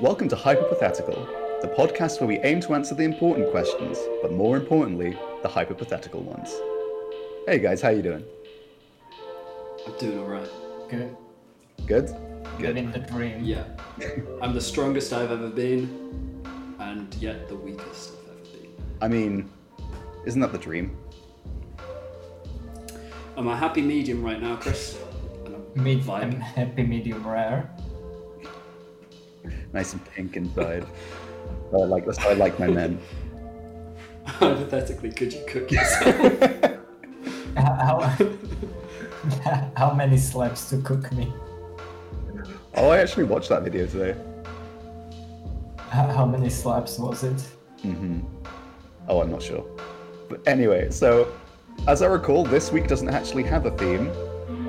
Welcome to Hyperpathetical, the podcast where we aim to answer the important questions, but more importantly, the hyperpathetical ones. Hey guys, how you doing? I'm doing all right. Good. Good? Living the dream. Yeah. I'm the strongest I've ever been, and yet the weakest I've ever been. I mean, isn't that the dream? I'm a happy medium right now, Chris. And I'm Mid- vibing. happy medium rare. Nice and pink inside. I like that's how I like my men. Hypothetically, could you cook yourself? How, how many slaps to cook me? Oh, I actually watched that video today. How, how many slaps was it? Oh, I'm not sure. But anyway, so as I recall, this week doesn't actually have a theme,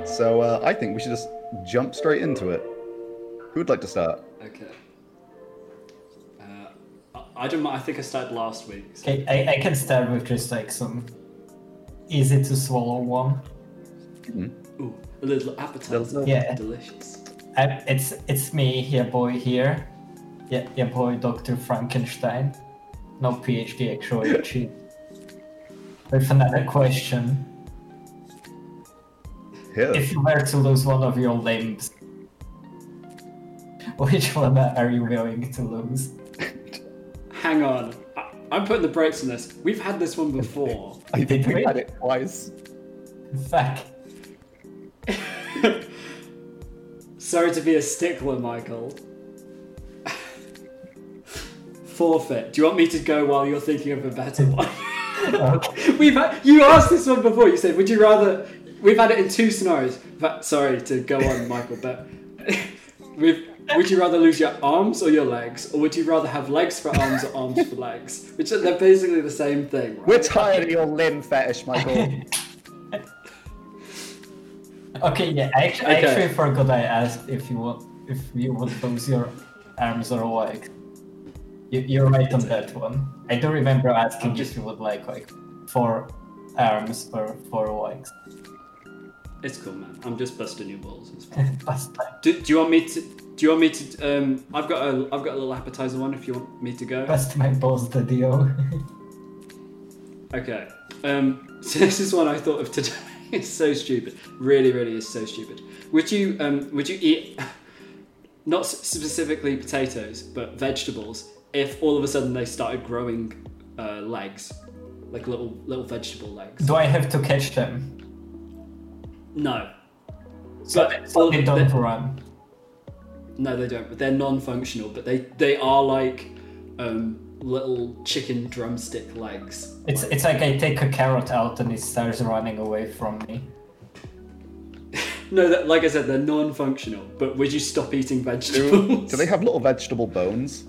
so uh, I think we should just jump straight into it. Who would like to start? okay. Uh, I- I don't. mi- I think I started last week. so- Okay, I, I can start with just like some easy to swallow one. Ooh, a little appetizer. Little- Yeah. Delicious. I, it's it's me, here boy here. Yeah, yeah boy, Dr. Frankenstein. No PhD actually, cheat. With another question. Here. If you were to lose one of your limbs, which one are you willing to lose? Hang on. I- I'm putting the brakes on this. We've had this one before. I think Did we we? had it twice. Fuck. Sorry to be a stickler, Michael. Forfeit. Do you want me to go while you're thinking of a better one? Okay. We've had, you asked this one before. You said, "Would you rather?" We've had it in two scenarios. But, sorry to go on, Michael, but we've, would you rather lose your arms or your legs, or would you rather have legs for arms or arms for legs? Which are- they're basically the same thing, right? We're tired of your limb fetish, Michael. Okay, yeah, I actually, I Okay. actually forgot I asked if you want if you would lose your arms or legs. You, you're right on that one. I do remember asking if you would like like four arms or four legs. It's cool, man. I'm just busting your balls. It's fine. Last time, Do, do you want me to? Do you want me to? Um, I've got a I've got a little appetizer one. If you want me to go, last time I paused the deal. okay. Um, so this is one I thought of today. It's so stupid. Really, really is so stupid. Would you um Would you eat not s- specifically potatoes but vegetables if all of a sudden they started growing uh, legs, like little little vegetable legs? do I have to catch them? No. So, But so all- they don't the- run. No, they don't. But they're non-functional. But they they are like um, little chicken drumstick legs. It's it's like I take a carrot out and it starts running away from me. No, that, like I said, they're non-functional. But would you stop eating do, vegetables? do they have little vegetable bones?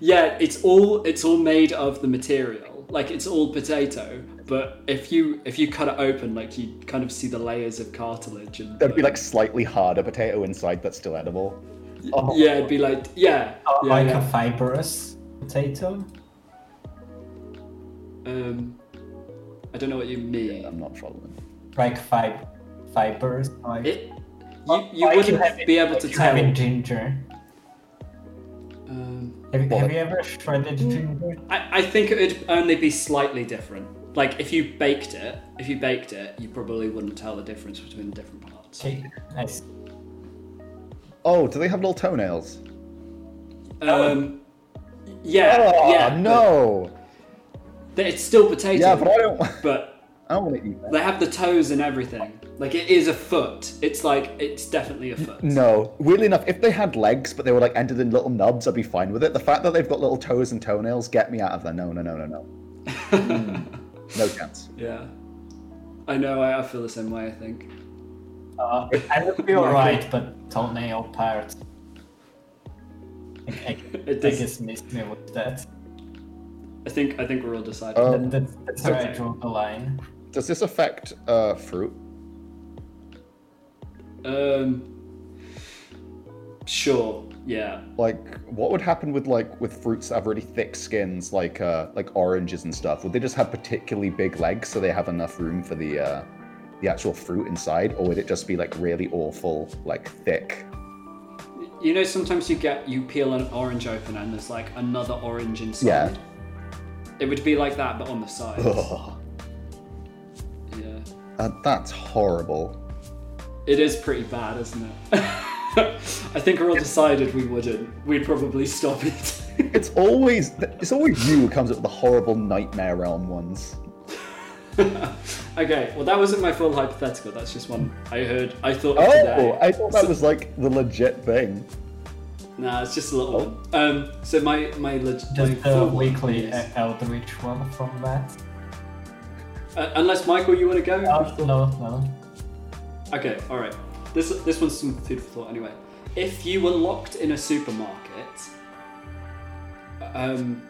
yeah, it's all it's all made of the material. Like it's all potato. But if you if you cut it open, like you kind of see the layers of cartilage and There'd be like slightly harder potato inside that's still edible. Oh, yeah, it'd be like yeah, Uh, Or yeah, like Oh, yeah. a fibrous potato. Um, I don't know what you mean. I'm not following. Like fib fibers. Like, It, you Like you wouldn't having- be able like to you having tell. ginger. Um, Have, Well, have that- you ever shredded ginger? I, I think it would only be slightly different. Like if you baked it, if you baked it, you probably wouldn't tell the difference between the different parts. Okay, nice. Oh, do they have little toenails? Um, yeah, oh, yeah. no. but th- it's still potato. Yeah, but I don't. wa- but I don't want to eat that. they have the toes and everything. Like it is a foot. It's like it's definitely a foot. No. Weirdly enough, if they had legs but they were like ended in little nubs, I'd be fine with it. The fact that they've got little toes and toenails, get me out of there. No, no, no, no, no. Mm, no chance. Yeah. I know. I, I feel the same way. I think. Uh, I would be alright, but toenail part. I, I, I It does- guess missed me with that. I think. I think we're all decided. Oh. that, that that's where I draw the line. Does this affect uh, fruit? Oh. Um. Sure. Yeah. Like, what would happen with like with fruits that have really thick skins, like uh, like oranges and stuff? Would they just have particularly big legs so they have enough room for the uh, the actual fruit inside, or would it just be like really awful, like thick? You know, sometimes you get you peel an orange open and there's like another orange inside. Yeah. It would be like that, but on the sides. Ugh, Yeah. Uh, that's horrible. It is pretty bad, isn't it? I think we all decided we wouldn't. We'd probably stop it. It's always it's always you who comes up with the horrible nightmare realm ones. okay, well that wasn't my full hypothetical. That's just one I heard. I thought of today. Oh, I thought that was like the legit thing. Nah, it's just a little one. Um, so my my leg- my Just the full one weekly is- uh, Eldritch one from that. Uh, unless Michael, you want to go? Oh, no, no. Okay, all right. This this one's some food for thought anyway. If you were locked in a supermarket, um,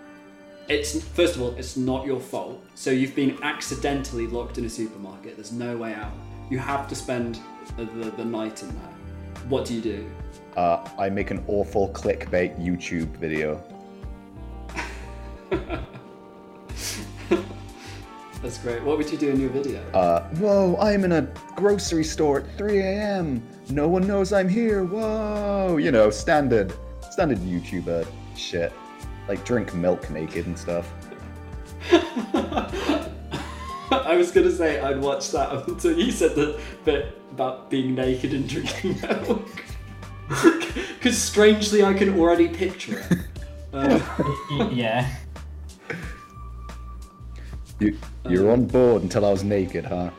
it's first of all, it's not your fault. So you've been accidentally locked in a supermarket. There's no way out. You have to spend the, the, the night in there. What do you do? Uh, I make an awful clickbait YouTube video. That's great. What would you do in your video? Uh, whoa, I'm in a grocery store at 3 a.m. No one knows I'm here. Whoa, you know, standard, standard YouTuber shit. Like drink milk naked and stuff. I was gonna say I'd watch that up until you said the bit about being naked and drinking milk. Because strangely, I can already picture it. Um, Y- y- yeah. You, you're on board until I was naked, huh?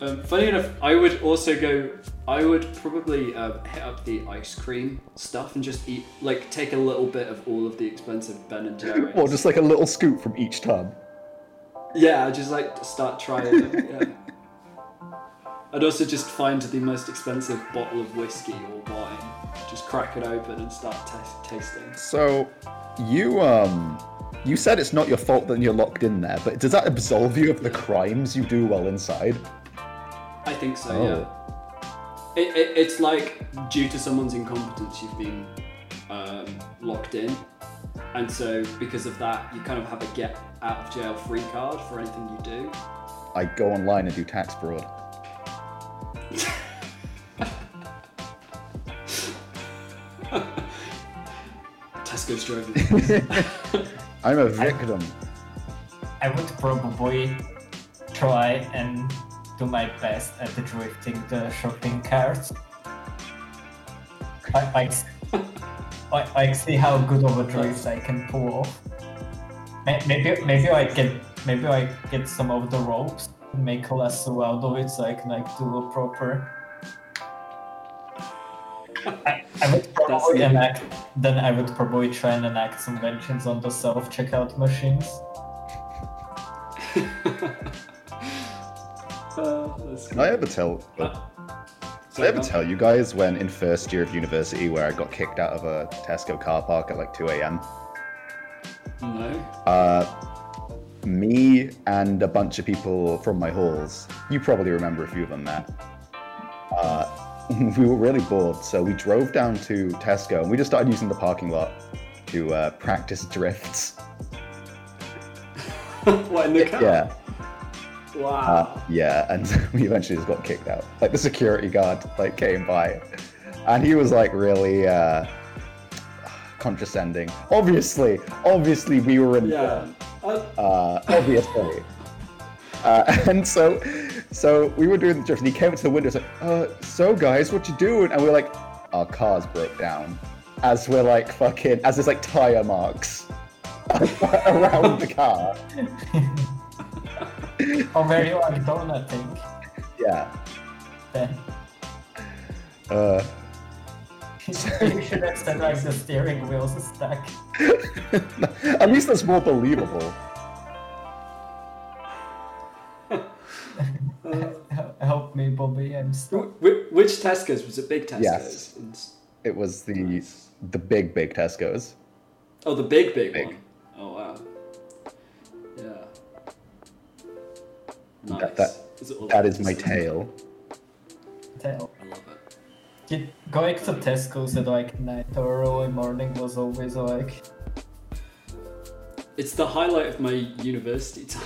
um, funny enough, I would also go. I would probably um, hit up the ice cream stuff and just eat, like, take a little bit of all of the expensive Ben and Jerry's. Well, just like a little scoop from each tub. Yeah, I just like start trying. them, yeah. I'd also just find the most expensive bottle of whiskey or wine, just crack it open and start tas- tasting. So, you um, you said it's not your fault that you're locked in there, but does that absolve you of the crimes you do while inside? I think so. Oh. Yeah. It, it, it's like due to someone's incompetence, you've been um, locked in, and so because of that, you kind of have a get out of jail free card for anything you do. I go online and do tax fraud. Tesco's driven. I'm a victim. I would probably try and do my best at drifting the shopping carts. Like, like, like, like see how good of a drift I can pull off. May- Maybe, maybe I can, maybe I get some of the ropes and make a lasso out of it so I can like do a proper. I, I would probably That's- enact. Then I would probably try and enact some vengeance on the self-checkout machines. uh, that's Can I ever tell? Did I ever tell you guys when in first year of university where I got kicked out of a Tesco car park at like 2 a.m.? No. Uh, me and a bunch of people from my halls, you probably remember a few of them, Matt. Uh, we were really bored, so we drove down to Tesco and we just started using the parking lot to uh, practice drifts. what in the car? Yeah. Wow. Uh, yeah, and we eventually just got kicked out. Like the security guard like came by, and he was like really uh, condescending. Obviously, obviously we were in. yeah. Uh, Uh, obviously. Uh, and so, so we were doing the drift, and he came up to the window, and was like, uh, "So guys, what you doing?" And we are like, "Our cars broke down," as we're like fucking, as there's like tire marks around the car. Or very like don't I think. Yeah. Then Uh, you should have said like the steering wheels are stuck. At least that's more believable. Hel- Help me, Bobby. I'm stuck. wh- wh- which Tesco's was it? Big Tesco's. Yes. And- It was the the big big Tesco's. Oh, the big, big, Big. one. Oh wow. Yeah. Nice. That- that- Is it all- That Oh, is my it- tale. Tell. I love it. Did going to Tesco's at like night or early morning was always like It's the highlight of my university time.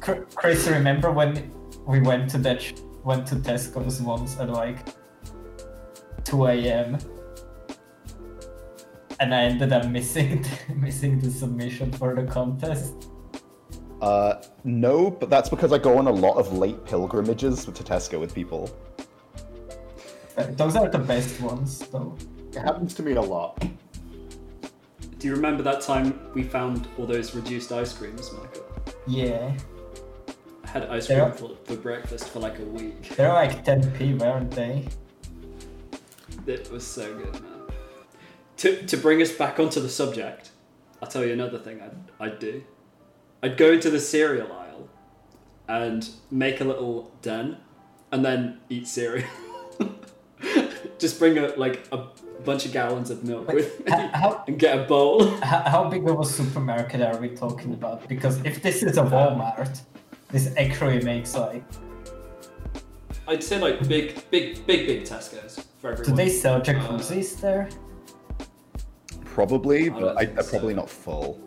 Cr- Chris, remember when we went to that sh- went to Tesco's once at like 2 a.m. and I ended up missing missing the submission for the contest. Uh, no, but that's because I go on a lot of late pilgrimages to Tesco with people. But Uh, Those are the best ones, though. It happens to me a lot. Do you remember that time we found all those reduced ice creams, Michael? Yeah, I had ice cream Yeah. for, for breakfast for like a week. they're like 10p, weren't they? It was so good, man. To, to bring us back onto the subject, I'll tell you another thing I'd, I'd do. I'd go into the cereal aisle and make a little den and then eat cereal. Just bring a, like a bunch of gallons of milk with me How- how- and get a bowl. How, how big of a supermarket are we talking about? Because if this is a Walmart, this actually makes like. I'd say like big, big, big, big Tesco's for everyone. Do they sell jacuzzis there? Probably, I but don't I, think they're so. probably not full.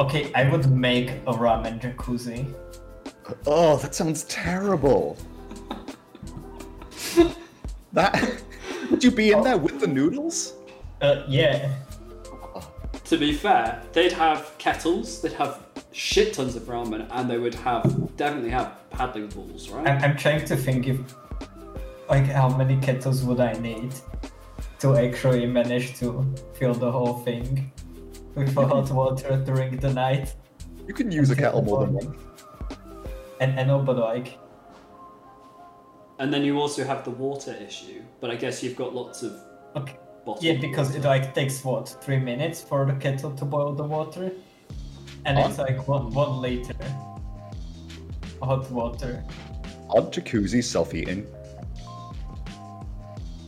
Okay, I would make a ramen jacuzzi. Oh, that sounds terrible. that would you be in there with the noodles? Uh, yeah. To be fair, they'd have kettles, they'd have shit tons of ramen, and they would have definitely have paddling balls, right? I'm, I'm trying to think if. Like, how many kettles would I need to actually manage to fill the whole thing with hot water during the night? You can use a kettle more than one. And I know, but like. And then you also have the water issue, but I guess you've got lots of Okay. bottles. Yeah, because it like takes what three minutes for the kettle to boil the water, and it's like one one liter hot water. Are jacuzzis self-eating?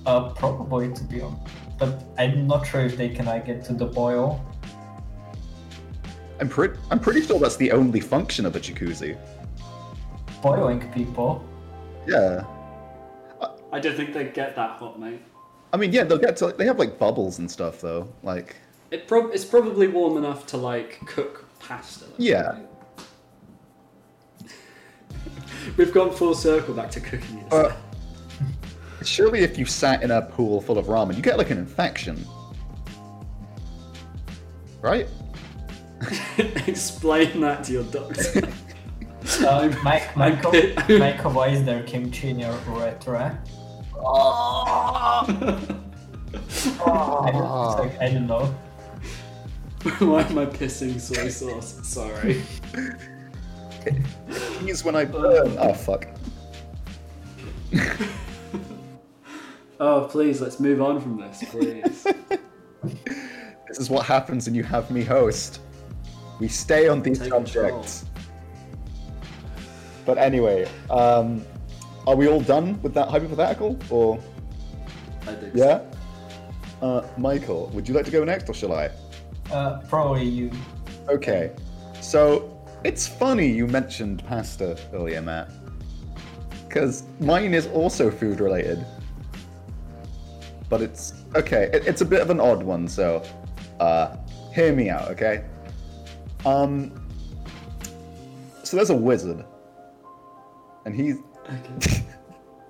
Uh, probably to be honest, but I'm not sure if they can like get to the boil. I'm pretty. I'm pretty sure that's the only function of a jacuzzi. Boiling people. Yeah. I don't think they get that hot, mate. I mean, yeah, they'll get to. They have like bubbles and stuff, though. Like, It prob- it's probably warm enough to like cook pasta. like, Yeah. right? We've gone full circle back to cooking. and uh, stuff. surely if you sat in a pool full of ramen, you get like an infection, right? Explain that to your doctor. Uh, Mike, Michael, I'm- Michael, why is there kimchi in your urethra? I, don't- Ah. it's like, I don't know. Why am I pissing soy sauce? Sorry. Please, when I burn. Oh fuck. Oh, please, let's move on from this, please. This is what happens when you have me host. We stay on these Take subjects. But anyway, um, are we all done with that hypothetical? Or I think so. yeah? Uh, Michael, would you like to go next, or shall I? Uh, probably you. Okay. So it's funny you mentioned pasta earlier, Matt, because mine is also food related. But it's okay. It, it's a bit of an odd one, so uh, hear me out, okay? Um. So there's a wizard, and he's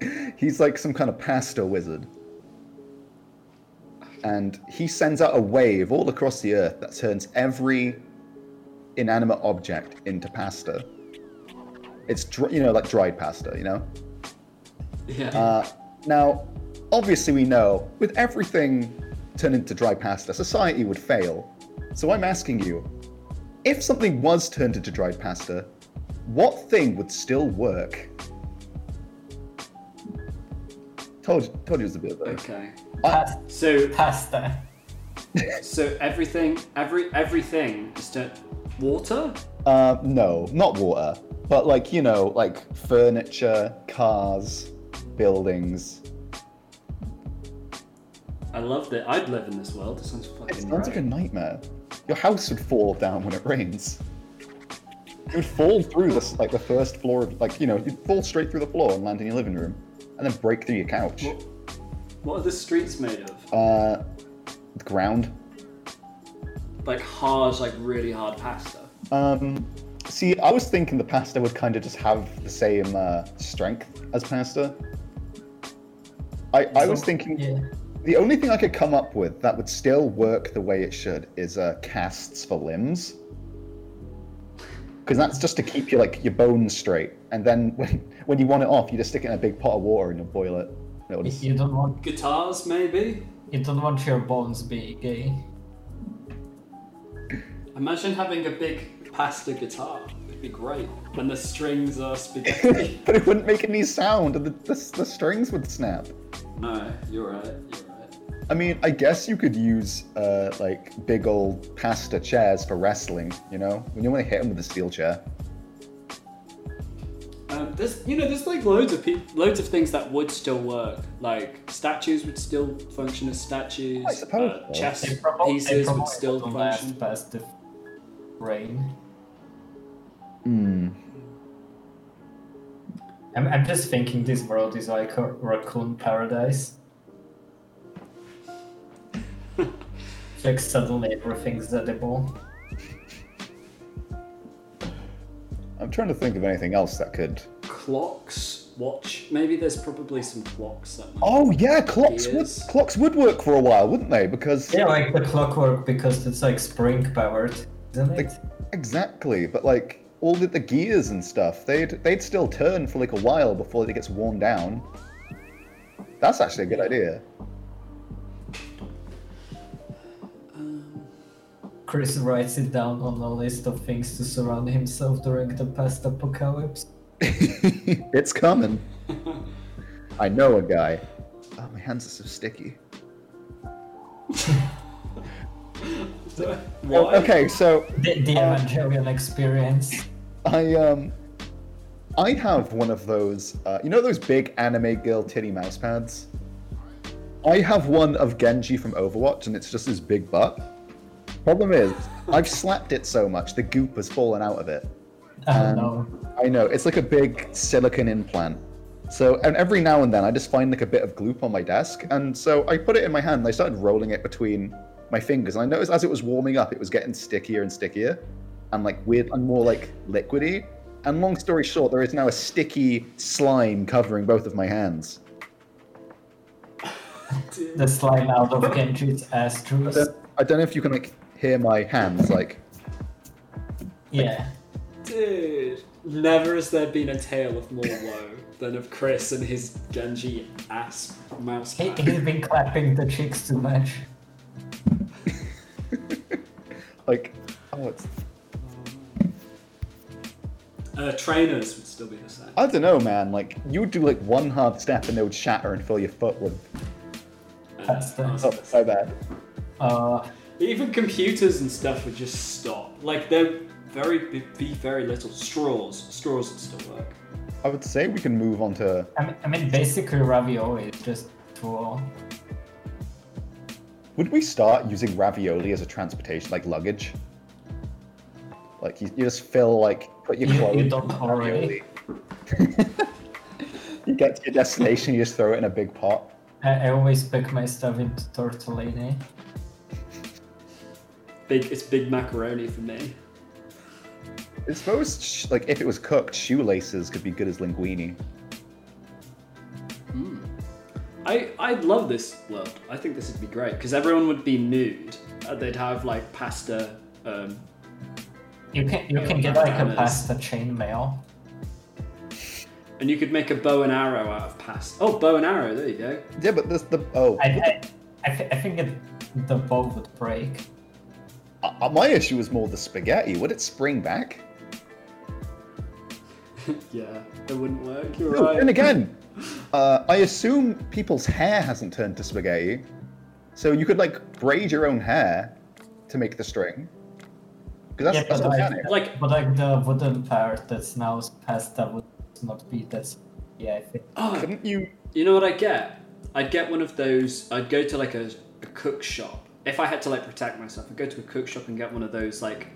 Okay. he's like some kind of pasta wizard. And he sends out a wave all across the earth that turns every inanimate object into pasta. It's, dr- you know, like dried pasta, you know? Yeah. Uh, now, obviously, we know with everything turned into dry pasta, society would fail. So I'm asking you if something was turned into dried pasta, what thing would still work? Told, told you it was a bit of a. okay. I- Pas- So pasta. so everything every everything is to water? Uh, no, not water, but like you know, like furniture, cars, buildings. I loved it. I'd live in this world. It sounds It fucking sounds like a right. nightmare. Your house would fall down when it rains. You would fall through this, like the first floor of, like you know, you'd fall straight through the floor and land in your living room, and then break through your couch. What, What are the streets made of? Uh, ground. Like hard, like really hard pasta. Um, see, I was thinking the pasta would kind of just have the same uh, strength as pasta. I, I was So- thinking Yeah. the only thing I could come up with that would still work the way it should is uh, casts for limbs, because that's just to keep your like your bones straight. And then when when you want it off, you just stick it in a big pot of water and you'll boil it. And it'll You- just You don't want Guitars, maybe. you don't want your bones be gay. Imagine having a big pasta guitar. It'd be great. When the strings are spaghetti. but it wouldn't make any sound, and the, the, the strings would snap. no, you're right. You're right. I mean, I guess you could use uh, like big old pasta chairs for wrestling. You know, when you want to hit them with a steel chair. Um, there's, you know, there's like loads of peop loads of things that would still work. Like statues would still function as statues. I suppose uh, so. chess They prob- they pieces would probably still wouldn't last function. past the rain. Hmm. I'm, I'm just thinking this world is like a raccoon paradise. like suddenly everything's edible. I'm trying to think of anything else that could. Clocks, watch. Maybe there's probably some clocks that. Might Oh yeah, clocks would Yes. clocks would work for a while, wouldn't they? Because Yeah, like the clockwork because it's like spring powered, isn't it? exactly, but like all the, the gears and stuff, they'd they'd still turn for like a while before it gets worn down. That's actually a good idea. Chris writes it down on a list of things to surround himself during the past apocalypse. it's coming. I know a guy. Oh, my hands are so sticky. Oh, So, Well, why? okay, so The, the Uh, Evangelion experience. I um, I have one of those. Uh, you know those big anime girl titty mouse pads. I have one of Genji from Overwatch, and it's just his big butt. Problem is, I've slapped it so much the goop has fallen out of it. Oh Um, no. I know it's like a big silicon implant. So, and every now and then I just find like a bit of gloop on my desk, and so I put it in my hand. and I started rolling it between my fingers, and I noticed as it was warming up, it was getting stickier and stickier, and like weird and more like liquidy. And long story short, there is now a sticky slime covering both of my hands. The slime out of Genji's I ass juice. don't, I don't know if you can like hear my hands like. Yeah. Dude, never has there been a tale of more woe than of Chris and his Genji ass mouse. He, pad. he's been clapping the cheeks too much. Like, oh, it's, Uh, trainers would still be the same. Oh, I don't know, man. Like, you would do like one hard step and they would shatter and fill your foot with. That's the- Oh, so bad. Uh, Even computers and stuff would just stop. Like there very be- be very little straws. Straws would still work. I would say we can move on to I mean, I mean, basically ravioli is just for Would we start using ravioli as a transportation, like luggage? Like you, you just fill like put your You- you clothes. don't in already. ravioli. you get to your destination, you just throw it in a big pot. I, I always pack my stuff into tortellini. Big it's big macaroni for me. I suppose sh- like if it was cooked, shoelaces could be good as linguine. I I love this world. I think this would be great because everyone would be nude. Uh, they'd have like pasta. Um, You can you Yeah, can get like a bananas. pasta chainmail. and you could make a bow and arrow out of pasta. Oh, bow and arrow. There you go. Yeah, but this the oh I I, I, th- I think it, the bow would break. uh, my issue was more the spaghetti. Would it spring back? Yeah, it wouldn't work. You're No, right. and again, uh, I assume people's hair hasn't turned to spaghetti, so you could like braid your own hair to make the string. Because that's, that's but like, mechanic. Like- but like the wooden part that's now pasta would not be that. Yeah, I think. Oh, Couldn't you? You know what I'd get? I'd get one of those. I'd go to like a, a cook shop. If I had to like protect myself, I'd go to a cook shop and get one of those like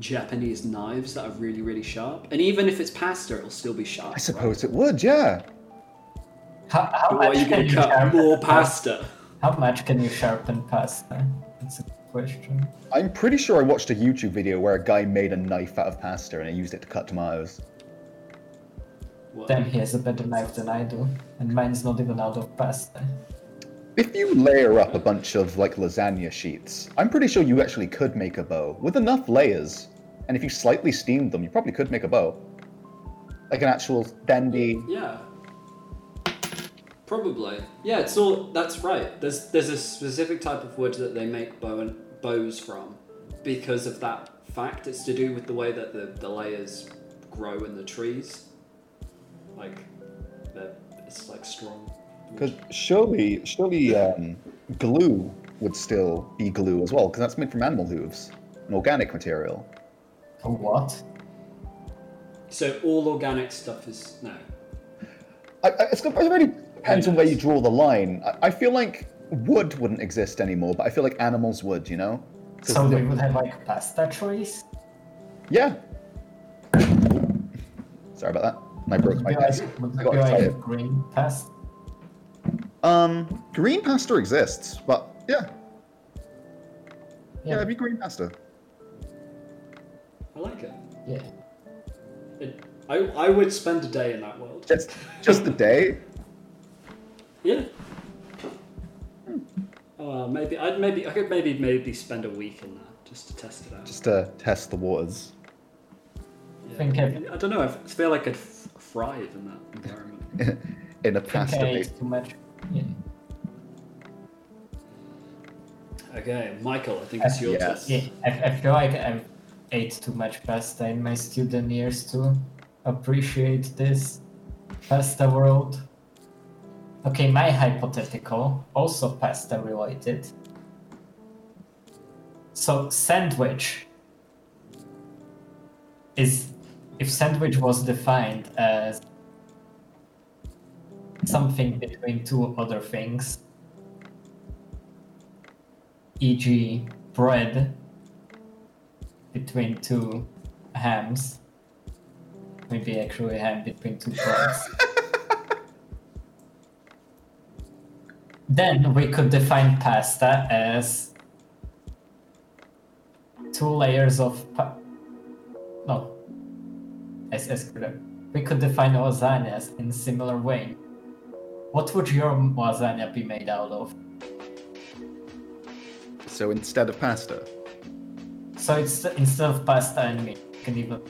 Japanese knives that are really, really sharp. And even if it's pasta, it'll still be sharp. I suppose it would, yeah. How, how But much are you can going to cut sharpen more pas- pasta? How much can you sharpen pasta? That's a good question. I'm pretty sure I watched a YouTube video where a guy made a knife out of pasta and he used it to cut tomatoes. What? Damn, he has a better knife than I do, and mine's not even out of pasta. If you layer up a bunch of like lasagna sheets, I'm pretty sure you actually could make a bow with enough layers. And if you slightly steamed them, you probably could make a bow. Like an actual dandy. Yeah. Probably. Yeah, it's all that's right. There's there's a specific type of wood that they make bow and bows from because of that fact. It's to do with the way that the, the layers grow in the trees. Like they're, it's like strong. Because surely, surely um, glue would still be glue as well, because that's made from animal hooves, an organic material. A what? So all organic stuff is no. I, I, it's, it really depends on where you draw the line. I, I feel like wood wouldn't exist anymore, but I feel like animals would, you know? 'Cause So the- we would have like pasta trees? Yeah. Sorry about that. I broke Would my be desk. like, would I be got like excited. green pasta? Um, green pasta exists, but yeah, yeah, Yeah, it'd be green pasta. I like it. yeah. it I, I would spend a day in that world. Just, just the day. Yeah. Uh, maybe I'd maybe I could maybe maybe spend a week in that just to test it out. Just to test the waters. Yeah. Think of- I don't know. I f- feel like I'd f- thrive in that environment. In a Think pasta I base. ate too much. Yeah. Okay, Michael, I think it's your Yeah. test. Yeah, I, I feel like I ate too much pasta in my student years to appreciate this pasta world. Okay, my hypothetical, also pasta related. So, sandwich is if sandwich was defined as something between two other things, e.g., E bread between two hams. Maybe actually ham between two breads. then we could define pasta as two layers of pa- no. As as we could define lasagnas in similar way. What would your lasagna be made out of? So instead of pasta, So it's instead of pasta and meat, you can even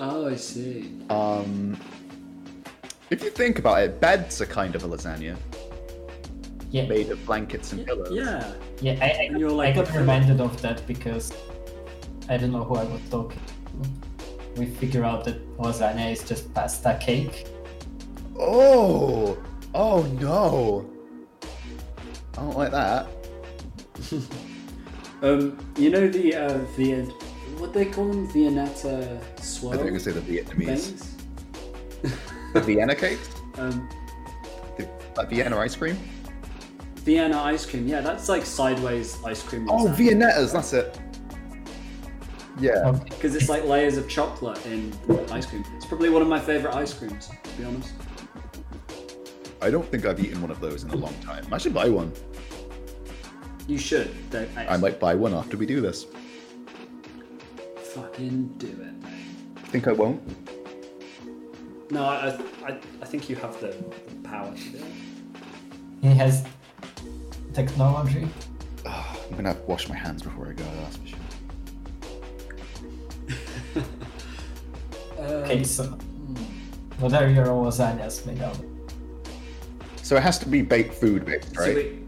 Oh, I see. um, if you think about it, beds are kind of a lasagna yeah made of blankets and pillows. Yeah. yeah. I, I, And you're I like, got reminded of that because I don't know who I was talking. to. We figure out that lasagna is just pasta cake. Oh, oh no. I don't like that. um, you know the uh, Vien- what they call them, Viennetta swirl I think we say the Vietnamese. things. The Vienna cakes? Um, The, like Vienna ice cream? Vienna ice cream. Yeah, that's like sideways ice cream. Oh, Viennettas, that's it. Yeah. Okay. Because it's like layers of chocolate in ice cream. It's probably one of my favorite ice creams, to be honest. I don't think I've eaten one of those in a long time. I should buy one. You should. They're I excellent. might buy one after we do this. fucking do it, mate. Think I won't? No, I, I, I think you have the, the power to do it. He has technology. Ugh, I'm gonna have to wash my hands before I go, that's for sure. Okay, so Hmm. what are your lasagnas made out? of? So it has to be baked food based, So right? we,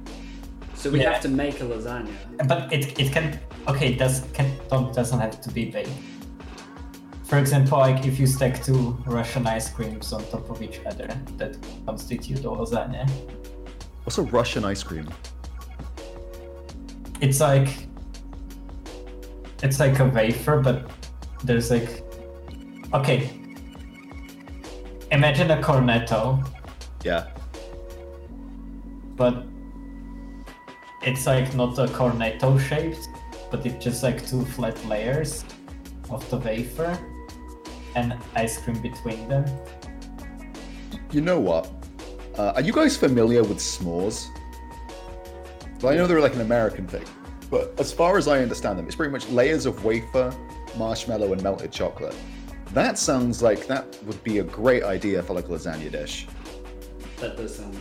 so we Yeah. have to make a lasagna. But it it can okay it does can don't doesn't have to be big. For example, like if you stack two Russian ice creams on top of each other, that constitute a lasagna. What's a Russian ice cream? It's like it's like a wafer, but there's like okay. Imagine a cornetto, Yeah. but it's like not a cornetto shaped, but it's just like two flat layers of the wafer and ice cream between them. You know what? Uh, are you guys familiar with s'mores? Well, I know they're like an American thing, but as far as I understand them, it's pretty much layers of wafer, marshmallow, and melted chocolate. That sounds like that would be a great idea for like a lasagna dish. That does sound.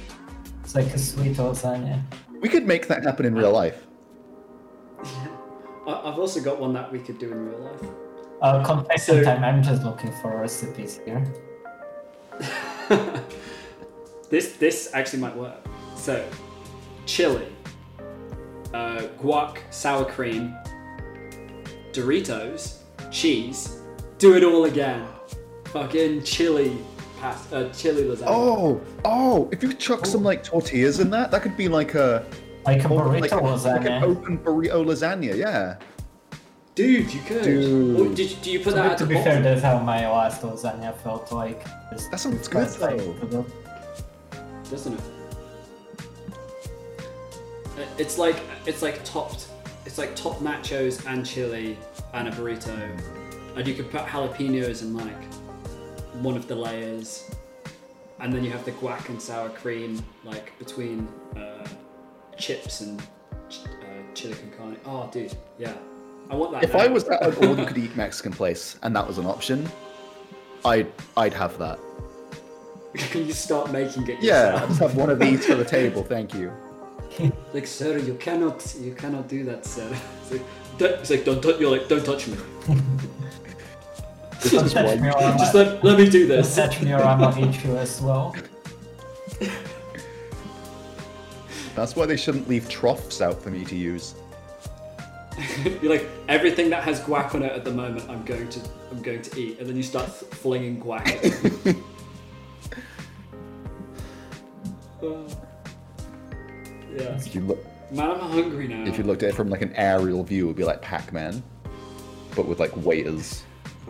It's like a sweet lasagna. We could make that happen in real life. I, I've also got one that we could do in real life. Uh, confession So- time. I'm just looking for recipes here. this this actually might work. So, chili, uh, guac, sour cream, Doritos, cheese. Do it all again. Fucking chili past uh, chili lasagna. Oh, oh! If you chuck some like tortillas in that, that could be like a Like a burrito like, like lasagna. an open burrito lasagna. Yeah. dude, you could. Dude. Or did, you- do you put that at to the be bottom? fair, that's how my last lasagna felt like. It's- That sounds it's good, quite though. flexible. doesn't it? Uh, It's like it's like topped, it's like topped nachos and chili and a burrito, and you could put jalapenos in like one of the layers, and then you have the guac and sour cream like between uh, chips and ch- uh, chili con carne. Oh, dude, yeah, I want that. If now. I was at an all-you-could-eat Mexican place and that was an option, I'd I'd have that. can you start making it? Yeah, yourself? I'd have one of these for the table. Thank you. Like, sir, you cannot, you cannot do that, sir. It's like, don't, it's like, don't, touch. you're like, don't touch me. This is Touch why- me or I'm- Just let, let me do this. touch me or I'm gonna eat you as well. That's why they shouldn't leave troughs out for me to use. you're like, everything that has guac on it at the moment, I'm going to, I'm going to eat, and then you start th- flinging guac. at them. Oh. yeah, If you look, man, I'm hungry now. if you looked at it from like an aerial view, it would be like Pac-Man, but with like waiters.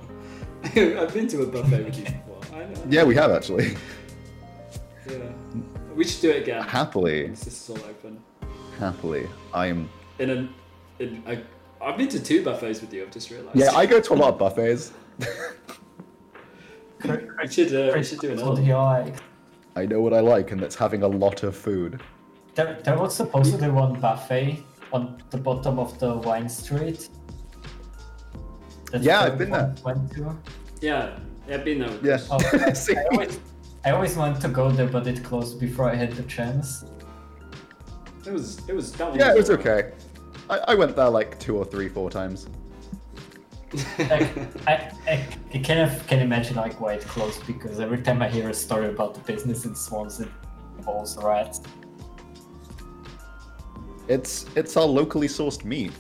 I've been to a buffet with you before. I know. Yeah, we have actually, Yeah. We should do it again. Uh-huh. happily, This is all open. happily. I am. in an in a, I've been to two buffets with you. I've just realised. Yeah, I go to a lot of buffets. we should uh, we should do What do another. you like? I know what I like, and that's having a lot of food. There, there was supposedly one buffet on the bottom of the wine street. That Yeah, I've been everyone Went to. Yeah, yeah, I've been there. with Yeah. you. Oh. See? I always, I always wanted to go there, but it closed before I had the chance. it was it was that one. Yeah, it was alright. okay. I, I went there like two or three, four times. Like, I, I, I kind of can imagine like why it closed because every time I hear a story about the business in Swans, it involves rats. It's it's our locally sourced meat.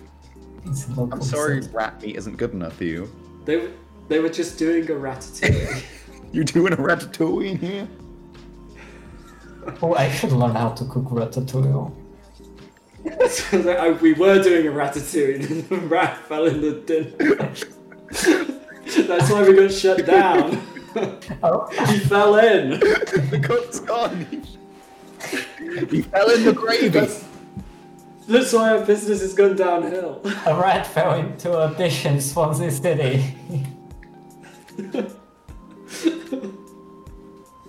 It's no I'm sorry, rat meat isn't good enough for you. They were- they were just doing a ratatouille. You doing a ratatouille in here? Oh, I should learn how to cook ratatouille. so like, I, we were doing a ratatouille, and then the rat fell in the dinner. That's why we got shut down. Oh, he fell in. the cook's gone. he fell in the gravy. That's, that's why our business has gone downhill. a rat fell into a dish in Swansea City.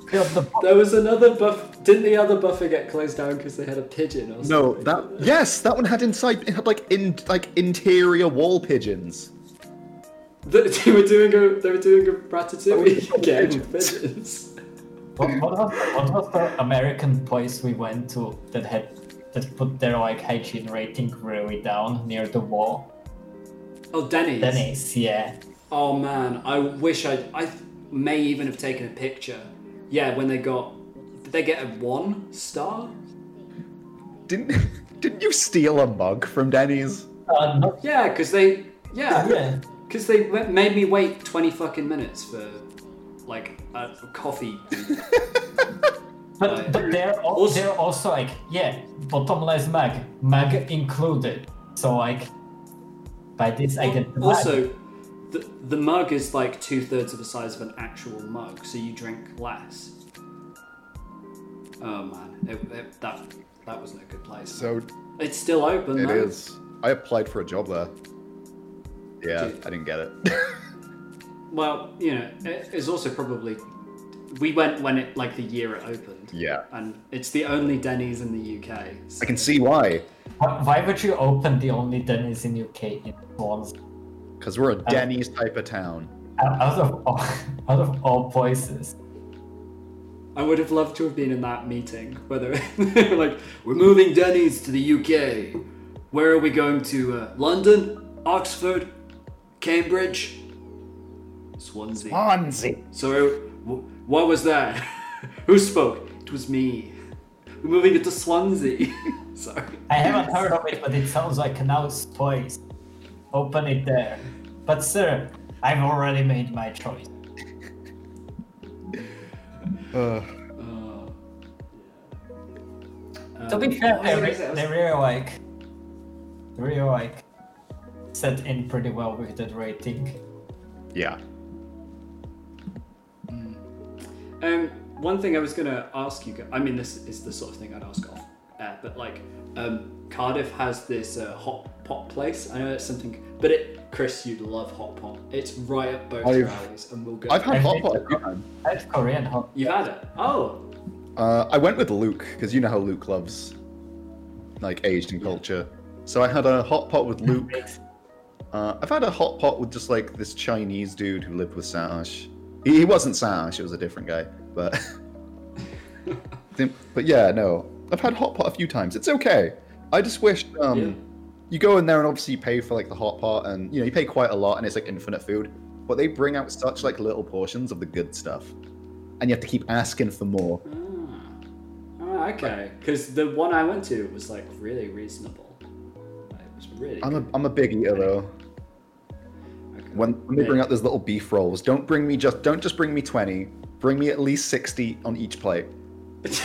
Filled the pot- There was another buff. Didn't the other buffet get closed down because they had a pigeon or something? No, that yes, that one had inside. It had like in like interior wall pigeons. They, they were doing a they were doing a ratatouille Oh, game pigeons. with pigeons. What, what, was, what was the American place we went to that had that put their like hygiene rating really down near the wall? Oh, Denny's. Denny's, yeah. Oh man, I wish I I th- may even have taken a picture. Yeah, when they got did they get a one star? Didn't didn't you steal a mug from Denny's? Uh, not Yeah, because they yeah yeah. because they ma- made me wait twenty fucking minutes for like a coffee. But, but they're, al- Also- they're also like, yeah, bottomless mug, mug included. So, like, by this, I get the mug. also, the, the mug is like two thirds of the size of an actual mug, so you drink less. Oh man, it, it, that that was no good place. So it's still open. it though. is. I applied for a job there. Yeah, I didn't get it. Well, you know, it- it's also probably we went when it like the year it opened, Yeah. and it's the only Denny's in the UK. I so- can see why. Why why would you open the only Denny's in UK in Swans? Because we're a Denny's type of town. Out of all, out of all places. I would have loved to have been in that meeting where they were like, "We're moving Denny's to the UK. Where are we going to? Uh, London, Oxford, Cambridge, Swansea." Ponzi. So, w- what was that? Who spoke? It was me. We're moving it to Swansea. Sorry. I haven't heard of it, but it sounds like an house place. Open it there. But sir, I've already made my choice. Uh, Uh, yeah. To Um, be fair, what was I they, gonna re- say? I was- they really like, they really like, set in pretty well with that rating. yeah. Um, one thing I was gonna ask you. gu- I mean, this is the sort of thing I'd ask off, uh, but like, um, Cardiff has this uh, hot pot place. I know it's something, but it, Chris, you'd love hot pot. It's right up both your I've- alleys, and we'll go. I've had I hot think- pot a few times. I had Korean hot. You've had it. Oh, Uh, I went with Luke because you know how Luke loves like Asian culture. So I had a hot pot with Luke. Uh, I've had a hot pot with just like this Chinese dude who lived with Sash. He, he wasn't Sash; it was a different guy. But Think- but yeah, no, I've had hot pot a few times. It's okay. I just wish um, Yeah. you go in there and obviously you pay for like the hot pot, and you know you pay quite a lot, and it's like infinite food. But they bring out such like little portions of the good stuff, and you have to keep asking for more. oh okay. Because the one I went to was like really reasonable. Like, It was really. I'm a good. I'm a big eater though. Okay. When, when they bring out those little beef rolls, don't bring me just don't just bring me twenty. Bring me at least sixty on each plate.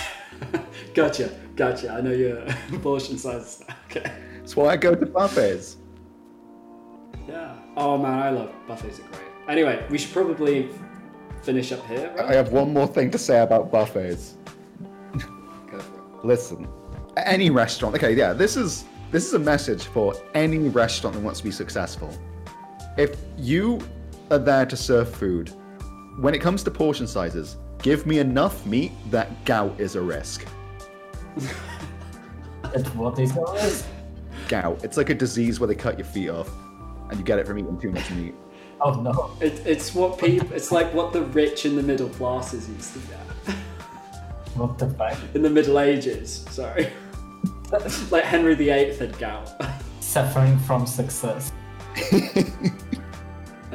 gotcha, gotcha. I know your portion size. Okay. That's why I go to buffets. Yeah. Oh man, I love buffets are great. Anyway, we should probably finish up here. I Right? have one more thing to say about buffets. Go for it. Listen, any restaurant. Okay, yeah, this is this is a message for any restaurant that wants to be successful. If you are there to serve food, when it comes to portion sizes, give me enough meat that gout is a risk. That's what is always. Gout. It's like a disease where they cut your feet off, and you get it from eating too much meat. Oh no. It, it's what people. It's like what the rich and the middle classes used to do What the fuck? in the Middle Ages. Sorry. like Henry VIII had gout. Suffering from success. I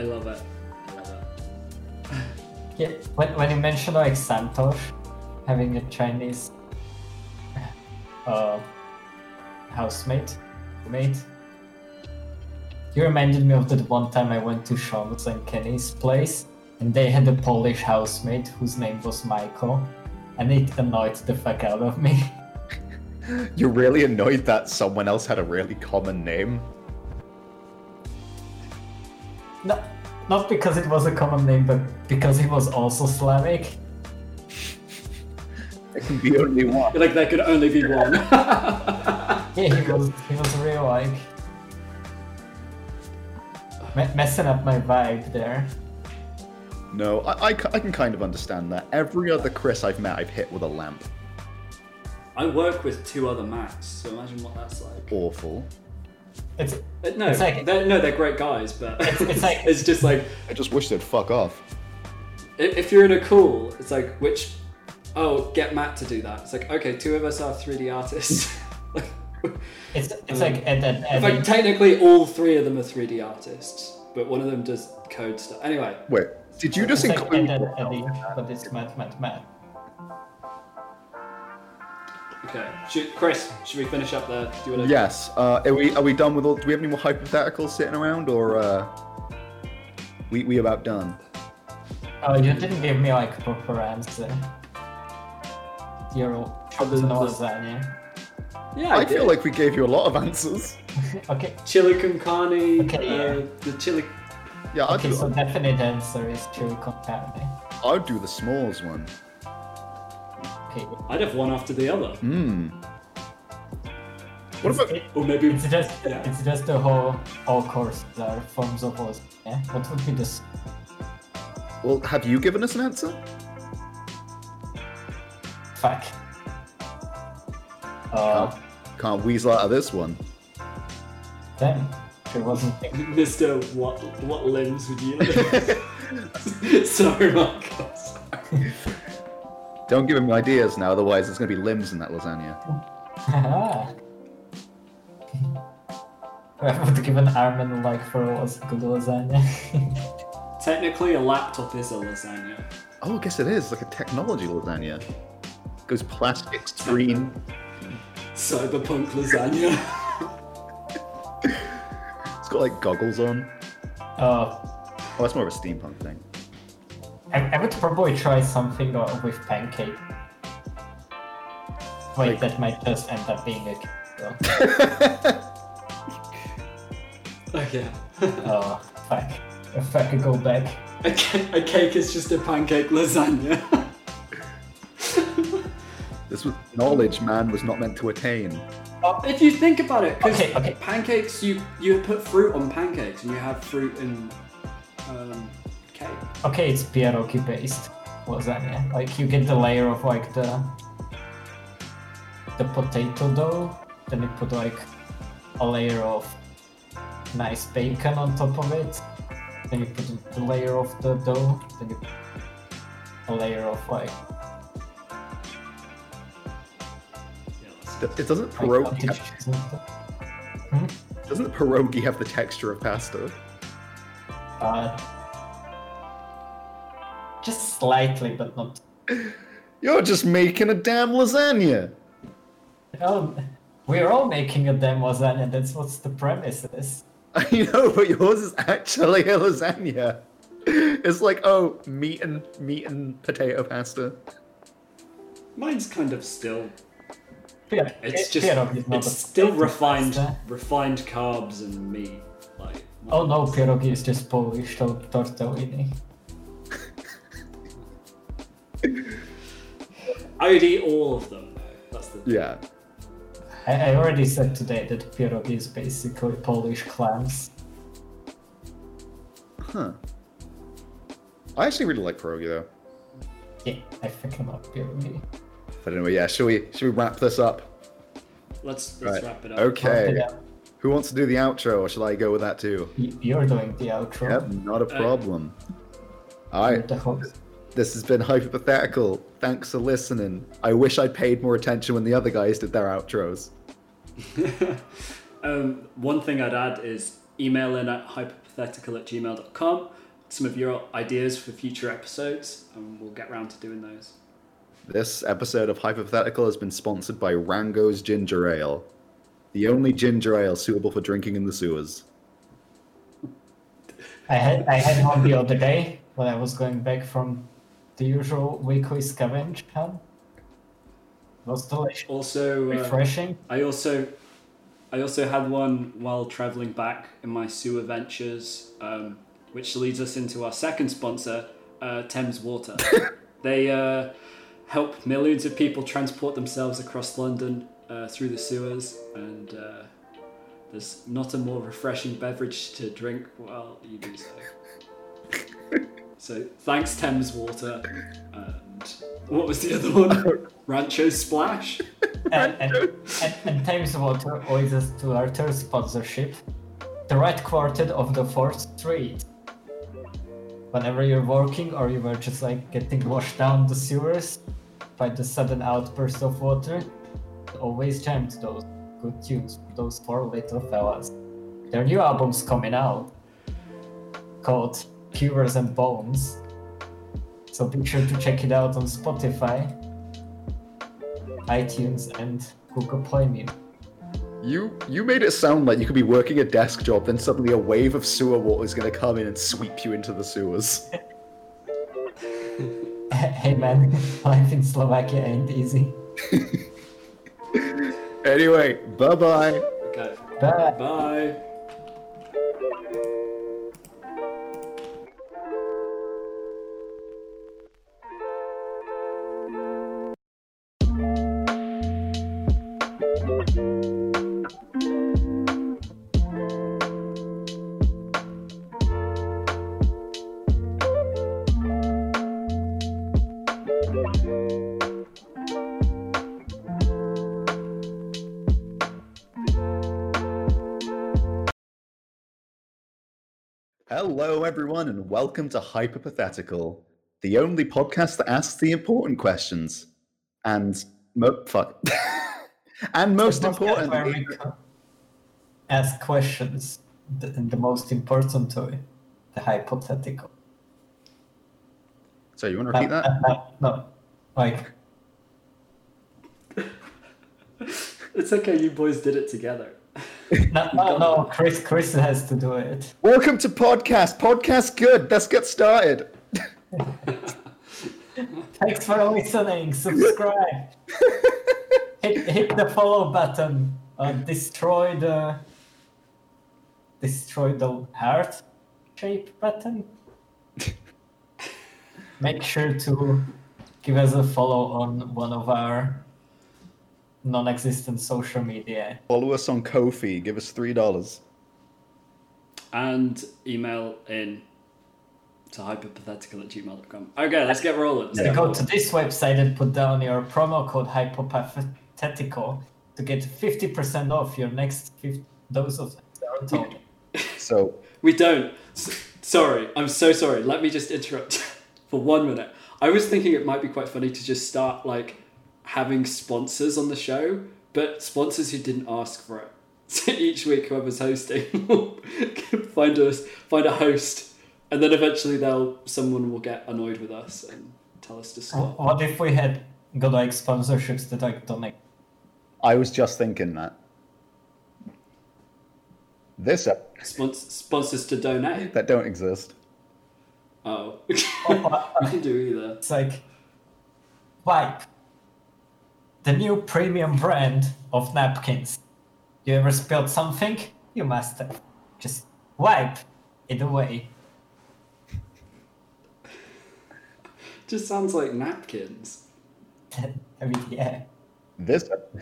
love it. I love it. Yeah, when, when you mentioned like Santosh having a Chinese uh, housemate, mate, you reminded me of that one time I went to Sean's and Kenny's place, and they had a Polish housemate whose name was Michael, and it annoyed the fuck out of me. You're really annoyed that someone else had a really common name. No, not because it was a common name, but because he was also Slavic. It can be only one. Like there could only be one. Yeah, he was he was real like me- messing up my vibe there. No, I, I, ca- I can kind of understand that. Every other Chris I've met, I've hit with a lamp. I work with two other Macs, so imagine what that's like. Awful. It's Uh, No, It's like- they're, no, they're great guys, but It's- it's like- it's just like I just wish they'd fuck off. I- if you're in a call, it's like which oh get Matt to do that. It's like okay, two of us are 3D artists. it's it's like at an like edit. technically, all three of them are 3D artists, but one of them does code stuff. Anyway, Wait, did you It's just like at include? an edit, but it's mad, mad, mad. okay, should, Chris, should we finish up there? Do you want to? Yes. Uh, are we are we done with all? Do we have any more hypotheticals sitting around, or uh, we we about done? Oh, you didn't give me like a proper answer. You're all chopping no lasagna. Yeah, I, I, feel did. like we gave you a lot of answers. Okay, chili con carne. Okay, uh, the chili. Yeah, I'd, okay. do, So definite answer is eh? chili con carne. I'd do the smalls one. Okay. I'd have one after the other, Hmm. What It's- about? it- or maybe It's just Yeah. it's just the whole all courses are forms eh? of lasagna. What would be the s- Well, have you given us an answer? Fuck. Uh, Can't weasel out of this one. damn. Sure wasn't thinking. Mister, what what limbs would you? Sorry, Marcus. Don't give him ideas now, otherwise there's going to be limbs in that lasagna. I would give an Armin like for a las- good lasagna. Technically, a laptop is a lasagna. Oh, I guess it is like a technology lasagna. Goes plastic screen. Cyberpunk lasagna. It's got like goggles on. uh, Oh, that's more of a steampunk thing. I, I would probably try something uh, with pancake. Wait, Like- that might just end up being a cake, though. okay. Oh, fuck. If I could go back. A, ca- a cake is just a pancake lasagna. this was knowledge man was not meant to attain. if you think about it, 'cause Okay, okay. pancakes you you put fruit on pancakes and you have fruit in um, cake. Okay, it's pierogi based lasagna. Like you get the layer of like the the potato dough, then you put like a layer of nice bacon on top of it, then you put the layer of the dough, then you put a layer of like D- It doesn't like pierogi cottage have, cheese and stuff. doesn't pierogi have the texture of pasta? Uh, just slightly, but not You're just making a damn lasagna. Oh, we're all making a damn lasagna. That's what's the premise is. I know, but yours is actually a lasagna. It's like oh, meat and meat and potato pasta. Mine's kind of still. Pier- It's pi- just. pierogi is not It's a- still refined, pasta. refined carbs and meat. Like. Oh no, pierogi is just Polish tor- tortellini. I would eat all of them. though. That's the. Yeah. I, I already said today that pierogi is basically Polish clams. Huh. I actually really like pierogi though. Yeah, I fucking love pierogi. But anyway, yeah. Should we should we wrap this up? Let's Right. let's wrap it up. Okay. Yeah, Who wants to do the outro, or shall I go with that too? uh, y- You're doing the outro. Yep, not a problem. All You're right, the host. this has been hypothetical. Thanks for listening. I wish I'd paid more attention when the other guys did their outros. um, one thing I'd add is email in at hypothetical at gmail.com some of your ideas for future episodes, and we'll get round to doing those. This episode of Hypothetical has been sponsored by Rango's Ginger Ale, the only ginger ale suitable for drinking in the sewers. I had I had one the other day when I was going back from the usual weekly scavenge hunt. It was delicious, Also, uh, refreshing. I also I also had one while traveling back in my sewer ventures, um, which leads us into our second sponsor, uh, Thames Water. they uh, help millions of people transport themselves across London uh, through the sewers, and uh, there's not a more refreshing beverage to drink while you do so. so thanks, Thames Water. And what was the other one? Rancho Splash. and, and, and, and Thames Water owes us to our third sponsorship, the Red Quartet of the Fourth Street. Whenever you're walking or you were just like getting washed down the sewers by the sudden outburst of water, always chant those good tunes from those four little fellas. Their new album's coming out called Cures and Bones. So be sure to check it out on Spotify iTunes and Google Play Music. You you made it sound like you could be working a desk job, then suddenly a wave of sewer water is going to come in and sweep you into the sewers. hey man, life in Slovakia ain't easy. Anyway, bye bye. Okay. But Bye. Hello, everyone, and welcome to Hyperpathetical, the only podcast that asks the important questions. And mo- fuck. and most Podcast where importantly, we co- ask questions, the, the most important to it, the hypothetical. so you uh, want to repeat that? no, like It's okay, you boys did it together. no, no, no, Chris, Chris has to do it. Welcome to podcast. Podcast good. Let's get started. Thanks for listening. Subscribe. hit, hit the follow button. Uh, destroy the destroy the heart shape button. Make sure to give us a follow on one of our non-existent social media. Follow us on Kofi. Give us three dollars. And email in to hyperpathetical at gmail.com. Okay, let's get rolling. Let's Yeah. get Go rolling. to this website and put down your promo code hypopathetical to get 50% off your next fifth dose of serotonin. So We don't. S- sorry, I'm so sorry. Let me just interrupt for one minute. I was thinking it might be quite funny to just start like having sponsors on the show, but sponsors who didn't ask for it. So each week, whoever's hosting will find us find a host, and then eventually they'll someone will get annoyed with us and tell us to stop. What if we had got like sponsorships that like don't make I was just thinking that. This ep- Spons- sponsors to donate. that don't exist. Oh, you can do either. it's like wipe the new premium brand of napkins. You ever spilled something? You must have. Just wipe it away. Just sounds like napkins. I mean, yeah. This ep-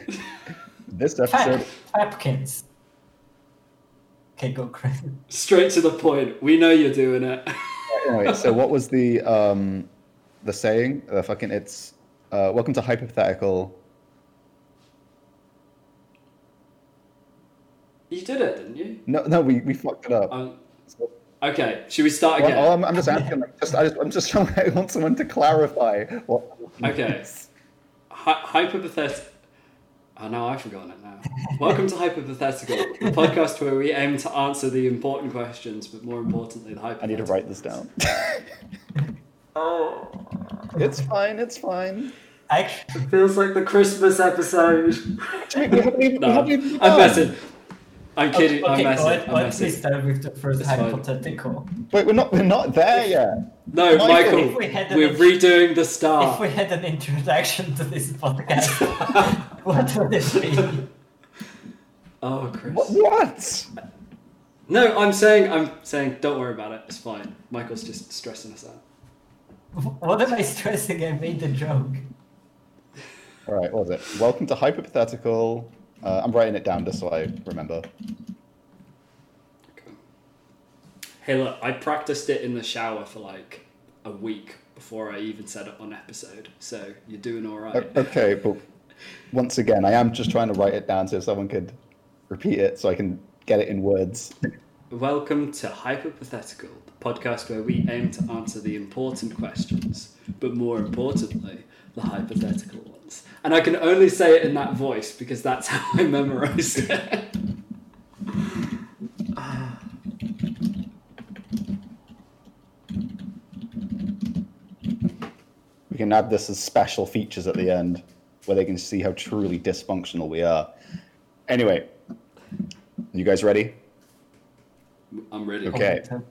this Pap- episode. Napkins. Okay, go crazy. Straight to the point. We know you're doing it. anyway, so what was the um the saying? The fucking it's uh, welcome to hypothetical. You did it, didn't you? No, no, we, we fucked it up. Um, So- okay, should we start Well, again? I'm, I'm just asking. Like, just, I just, I'm just trying. I want someone to clarify. What Okay. Hy- hyperpathet Oh no, I've forgotten it now. Welcome to Hyperpathetical, the podcast where we aim to answer the important questions, but more importantly, the hypothetical. I need to write this down. Oh. it's fine. It's fine. Actually, It feels like the Christmas episode. We haven't even- we no, haven't even I'm begun. messing. I'm kidding. I'm Oh, okay, messing. let, I'm let me messing. start with the first It's fine. hypothetical. Wait, we're not. We're not there yet. No, Michael, Michael, if we had an we're ex- redoing the If start. we had an introduction to this podcast, what would it be? Oh, Chris. What? what? No, I'm saying, I'm saying, don't worry about it. It's fine. Michael's just stressing us out. What am I stressing? I made the joke. All right. What was it? Welcome to hypothetical. Uh, I'm writing it down just so I remember. Hey, look, I practiced it in the shower for like a week before I even set up an episode. So you're doing all O- right. Okay, but once again, I am just trying to write it down so someone could repeat it so I can get it in words. Welcome to Hypothetical, the podcast where we aim to answer the important questions, but more importantly, the hypothetical ones. And I can only say it in that voice because that's how I memorized it. We can add this as special features at the end where they can see how truly dysfunctional we are. Anyway, you guys ready? I'm ready. Okay. Hypothetical.